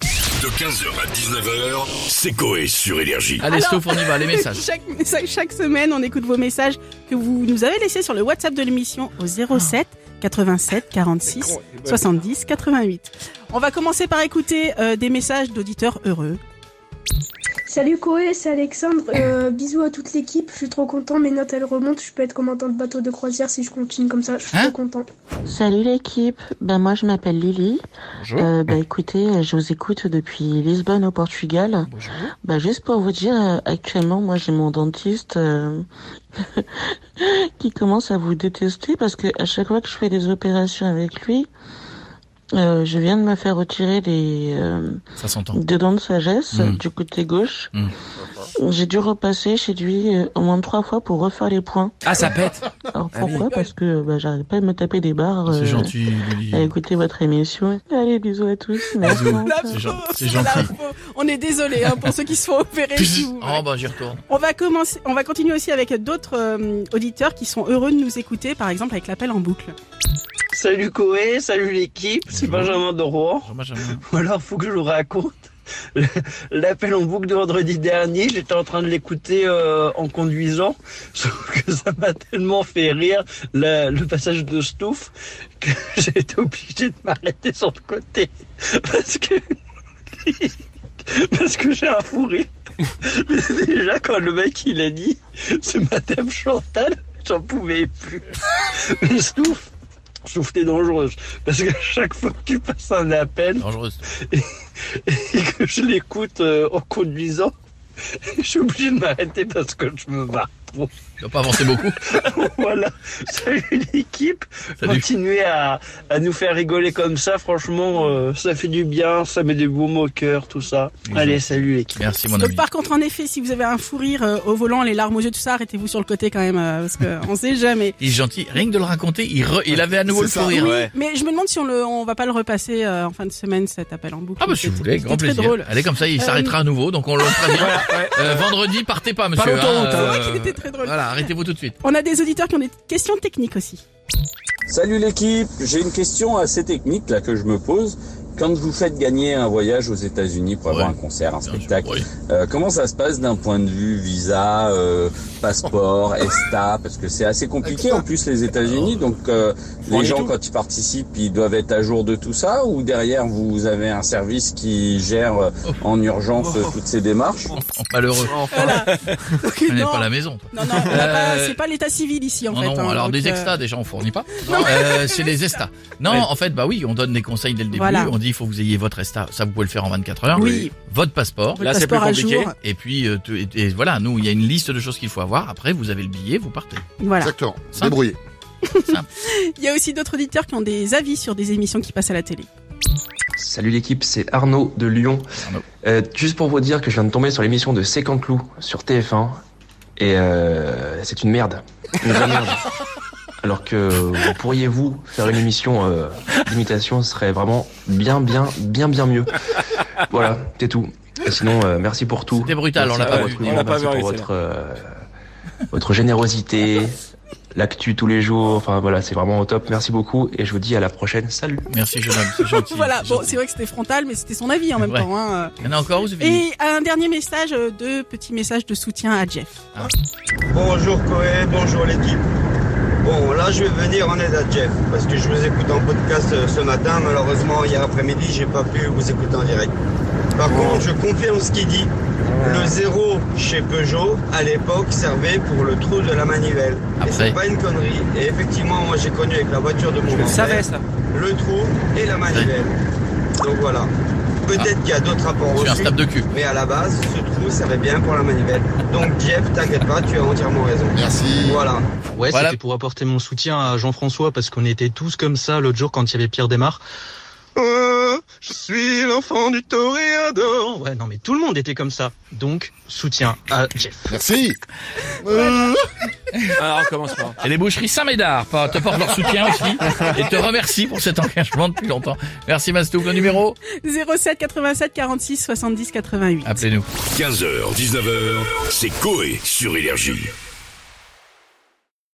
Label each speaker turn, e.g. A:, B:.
A: De 15h à 19h, c'est Coé sur Énergie.
B: Allez,
C: Alors-
B: sauf on y va, les messages.
C: Chaque, chaque- chaque semaine, on écoute vos messages que vous nous avez laissés sur le WhatsApp de l'émission au 07 87 46 70 88. On va commencer par écouter euh, des messages d'auditeurs heureux.
D: Salut Koé, c'est Alexandre. Euh, bisous à toute l'équipe. Je suis trop content. Mes notes elles remontent. Je peux être commandant de bateau de croisière si je continue comme ça. Je suis
B: Hein
D: trop content.
E: Salut l'équipe, ben moi je m'appelle Lily.
B: Bonjour.
E: Euh, ben écoutez, je vous écoute depuis Lisbonne au Portugal.
B: Bonjour.
E: Ben juste pour vous dire, euh, actuellement moi j'ai mon dentiste euh, qui commence à vous détester parce que à chaque fois que je fais des opérations avec lui, euh, je viens de me faire retirer les euh,
B: Ça s'entend.
E: deux dents de sagesse
B: Mm.
E: du côté gauche.
B: Mm.
E: J'ai dû repasser chez lui euh, au moins trois fois pour refaire les points.
B: Ah, ça pète.
E: Alors
B: Ah oui.
E: pourquoi Parce que ben, j'arrive pas à me taper des barres.
B: C'est
E: euh,
B: gentil, Lily.
E: à écouter votre émission. Allez, bisous à tous. Merci.
B: Bisous.
C: La
B: C'est gen-
C: pauvre,
B: c'est gentil.
C: la pauvre. Oh, On est désolé hein, pour ceux qui se font opérer. si vous-
B: Oh, bah, j'y retourne.
C: On va commencer, on va continuer aussi avec d'autres euh, auditeurs qui sont heureux de nous écouter, par exemple avec l'appel en boucle.
F: Salut Koé, salut l'équipe, c'est
B: Bonjour.
F: Benjamin de Rouen.
B: Moi, j'aime-
F: Ou alors, faut que je vous raconte l'appel en boucle de vendredi dernier. J'étais en train de l'écouter euh, en conduisant, sauf que ça m'a tellement fait rire la- le passage de Stouff que j'ai été obligé de m'arrêter sur le côté parce que parce que j'ai un fou rire. Déjà quand le mec il a dit c'est Madame Chantal, j'en pouvais plus. Mais Stouff, Stouff t'es dangereuse parce que chaque fois que tu passes un appel
B: Dangereuse.
F: et que je l'écoute euh, en conduisant, je suis obligé de m'arrêter parce que je me barre.
B: Tu dois pas avancer beaucoup.
F: Voilà. Salut l'équipe.
B: Salut.
F: Continuez à, à nous faire rigoler comme ça. Franchement, euh, ça fait du bien. Ça met des baumes au cœur, tout ça.
B: Exact.
F: Allez, salut l'équipe.
B: Merci, mon
C: Donc
B: ami.
C: par contre, en effet, si vous avez un fou rire euh, au volant, les larmes aux yeux, tout ça, arrêtez-vous sur le côté quand même, euh, parce que on sait jamais.
B: Il est gentil. Rien que de le raconter, il, re- il avait à nouveau le
G: C'est ça.
B: sourire.
G: Ouais.
C: Mais je me demande si on le, on va pas le repasser euh, en fin de semaine cet appel en boucle.
B: Ah, bah, si vous voulez,
C: C'était
B: grand
C: très
B: plaisir.
C: drôle.
B: Allez, comme ça, il
C: Euh,
B: s'arrêtera à nouveau. Donc, on le prévient. Euh, vendredi, partez pas, monsieur.
G: l'autoroute,
B: hein,
G: hein.
B: euh,
C: C'est vrai qu'il était très drôle.
B: Voilà, arrêtez-vous tout de suite.
C: On a des auditeurs qui ont des questions techniques aussi.
H: Salut l'équipe, j'ai une question assez technique là que je me pose. Quand vous faites gagner un voyage aux États-Unis pour avoir
B: Ouais.
H: un concert, un
B: Bien sûr.
H: spectacle,
B: Oui.
H: euh, comment ça se passe d'un point de vue visa, euh, passeport, ESTA Parce que c'est assez compliqué en plus les États-Unis, donc euh, les gens quand ils participent, ils doivent être à jour de tout ça ou derrière vous avez un service qui gère euh, en urgence euh, toutes ces démarches
B: Oh, malheureux.
C: Donc,
B: Ah On n'est
C: non,
B: pas à la maison.
C: non, non, on n'a pas-
B: Euh,
C: c'est pas l'état civil ici en
B: Non,
C: fait.
B: non,
C: hein,
B: alors
C: donc,
B: des
C: euh,
B: extas, déjà, on fournit pas. Euh, c'est les estas. Non, en fait, bah oui, on donne des conseils dès le début.
C: Voilà.
B: On dit, il faut que vous ayez votre esta. Ça, vous pouvez le faire en 24 heures.
C: Oui.
B: Votre passeport.
C: le
G: Là, c'est plus
C: passeport à
G: compliqué.
C: jour.
B: Et puis, euh, tout- et- et voilà, nous, il y a une liste de choses qu'il faut avoir. Après, vous avez le billet, vous partez.
C: Voilà.
G: Exactement. Débrouillé.
C: Il y a aussi d'autres auditeurs qui ont des avis sur des émissions qui passent à la télé.
I: Salut l'équipe, c'est Arnaud de Lyon.
B: Arnaud.
I: Euh, juste pour vous dire que je viens de tomber sur l'émission de C'est quand Clou sur TF1 et euh, c'est une merde. Une vraie merde. Alors que vous pourriez vous faire une émission euh, d'imitation, ce serait vraiment bien, bien, bien, bien mieux. Voilà, c'est tout. Et sinon, euh, merci pour tout.
B: C'était brutal,
I: Merci
B: on l'a
I: pour
B: pas
I: votre
B: vu.
I: humour,
G: On l'a pas
I: merci
G: vu,
I: pour
G: oui,
I: votre, euh, votre générosité, l'actu tous les jours. Enfin voilà, c'est vraiment au top. Merci beaucoup et je vous dis à la prochaine. Salut.
B: Merci, jeune homme, c'est gentil.
C: voilà,
B: c'est
C: bon,
B: gentil.
C: c'est vrai que c'était frontal, mais c'était son avis en même
B: Ouais.
C: temps. hein.
B: Il y en a encore où c'est fini
C: Et un dernier message, euh, deux petits messages de soutien à Jeff.
F: Bonjour Coé, bonjour l'équipe. Bon, là je vais venir en aide à Jeff parce que je vous écoute en podcast euh, ce matin. Malheureusement, hier après-midi, j'ai pas pu vous écouter en direct. Par contre, je confirme ce qu'il dit. Le zéro chez Peugeot, à l'époque, servait pour le trou de la manivelle.
B: Après.
F: Et c'est pas une connerie. Et effectivement, moi j'ai connu avec la voiture de mon grand
G: ça.
F: le trou et la manivelle. Donc voilà. Peut-être qu'il y a d'autres rapports
B: Je suis un
F: aussi,
B: stab de cul.
F: mais à la base, ce trou servait bien pour la manivelle. Donc Jeff, t'inquiète pas, tu as entièrement raison.
G: Merci.
F: Voilà.
J: Ouais,
B: Voilà.
J: c'était pour apporter mon soutien à Jean-François parce qu'on était tous comme ça l'autre jour quand il y avait Pierre Desmar. Euh, je suis l'enfant du toréador. Ouais, non, mais tout le monde était comme ça. Donc, soutien à Jeff.
G: Merci.
K: Alors, commence pas.
B: Et les boucheries Saint-Médard pa- te portent leur soutien aussi et te remercient pour cet engagement depuis longtemps. Merci Mastouk, le numéro
C: 07 87 46 70 88.
B: Appelez-nous.
A: 15h, 19h, c'est Coé sur Énergie.